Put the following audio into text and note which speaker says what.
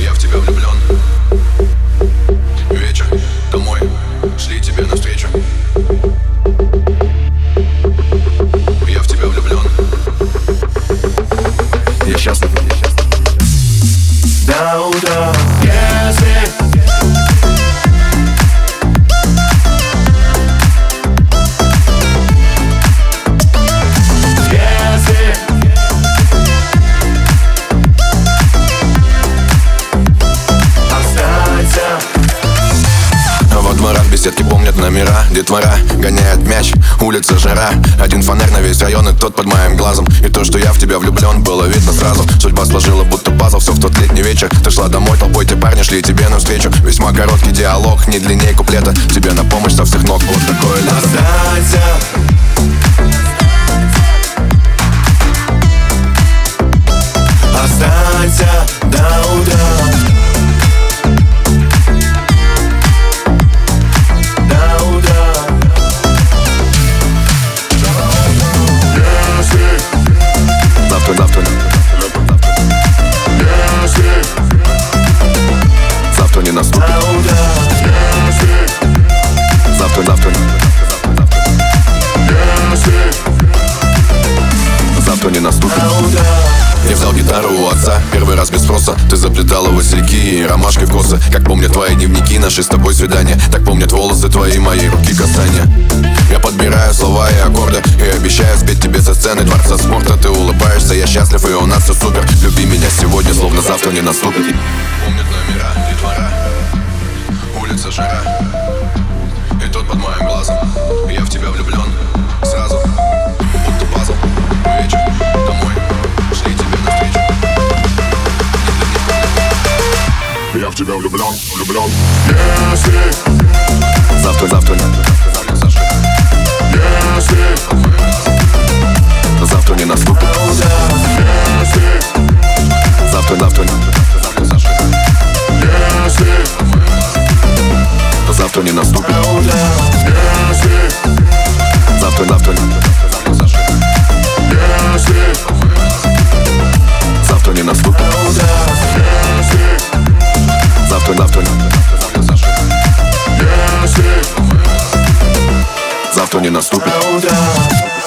Speaker 1: Я в тебя влюблен Вечер домой Шли тебе навстречу Я в тебя влюблен Я счастлив, я счастлив
Speaker 2: До утра Останься
Speaker 1: А во дворах беседки помнят номера Детвора гоняет мяч, улица жара Один фонарь на весь район и тот под моим глазом И то, что я в тебя влюблен, было видно сразу Судьба сложила будто пазл, все в тот летний вечер Ты шла домой, толпой те парни шли тебе навстречу Весьма короткий диалог, не длиннее куплета Тебе на помощь со всех ног, вот такое лето
Speaker 2: Останься Останься до утра До утра
Speaker 1: Завтра, завтра Завтра не наступит,
Speaker 2: До утра
Speaker 1: завтра, завтра Завтра не наступит
Speaker 2: До утра
Speaker 1: Я взял гитару у отца, первый раз без спроса Ты заплетала васильки и ромашки в косы Как помнят твои дневники, наши с тобой свидания Так помнят волосы твои, моей руки касания Я подбираю слова и аккорды И обещаю спеть тебе со сцены дворца спорта Ты улыбаешься, я счастлив и у нас все супер Люби меня сегодня, словно завтра не наступит Помнят номера, детвора Улица жара И тот под моим глазом Я в тебя влюблен Сразу, будто пазл Вечер, домой Шли тебе навстречу
Speaker 3: Я в тебя влюблен, влюблен.
Speaker 1: Завтра, завтра не Завтра, завтра не наступит Завтра, завтра не Завтра не наступит
Speaker 2: До утра
Speaker 1: Завтра, завтра не Завтра не наступит
Speaker 2: До утра
Speaker 1: Завтра, завтра не Завтра не наступит
Speaker 2: До утра